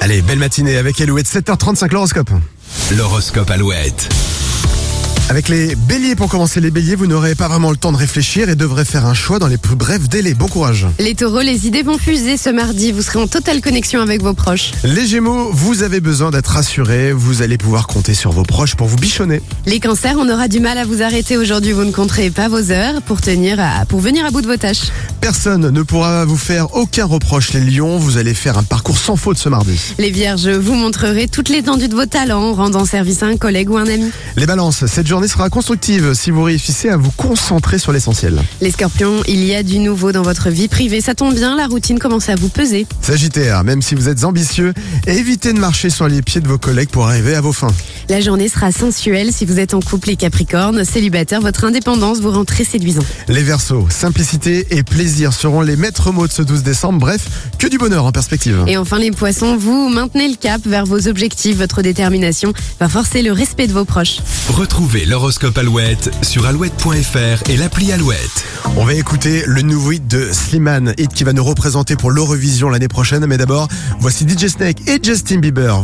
Allez, belle matinée avec Elouette, 7h35 l'horoscope. L'horoscope Alouette. Avec les béliers, pour commencer les béliers, vous n'aurez pas vraiment le temps de réfléchir et devrez faire un choix dans les plus brefs délais. Bon courage. Les taureaux, les idées vont fuser ce mardi. Vous serez en totale connexion avec vos proches. Les gémeaux, vous avez besoin d'être rassurés, vous allez pouvoir compter sur vos proches pour vous bichonner. Les cancers, on aura du mal à vous arrêter aujourd'hui. Vous ne compterez pas vos heures pour tenir à, pour venir à bout de vos tâches. Personne ne pourra vous faire aucun reproche les lions, vous allez faire un parcours sans faute ce mardi. Les vierges, vous montrerez toute l'étendue de vos talents en rendant service à un collègue ou un ami. Les balances, cette journée sera constructive si vous réussissez à vous concentrer sur l'essentiel. Les scorpions, il y a du nouveau dans votre vie privée. Ça tombe bien, la routine commence à vous peser. Sagittaire, même si vous êtes ambitieux, évitez de marcher sur les pieds de vos collègues pour arriver à vos fins. La journée sera sensuelle si vous êtes en couple et capricorne. Célibataire, votre indépendance vous rend très séduisant. Les versos, simplicité et plaisir seront les maîtres mots de ce 12 décembre. Bref, que du bonheur en perspective. Et enfin, les poissons, vous maintenez le cap vers vos objectifs. Votre détermination va forcer le respect de vos proches. Retrouvez l'horoscope Alouette sur alouette.fr et l'appli Alouette. On va écouter le nouveau hit de Slimane, hit qui va nous représenter pour l'Eurovision l'année prochaine. Mais d'abord, voici DJ Snake et Justin Bieber.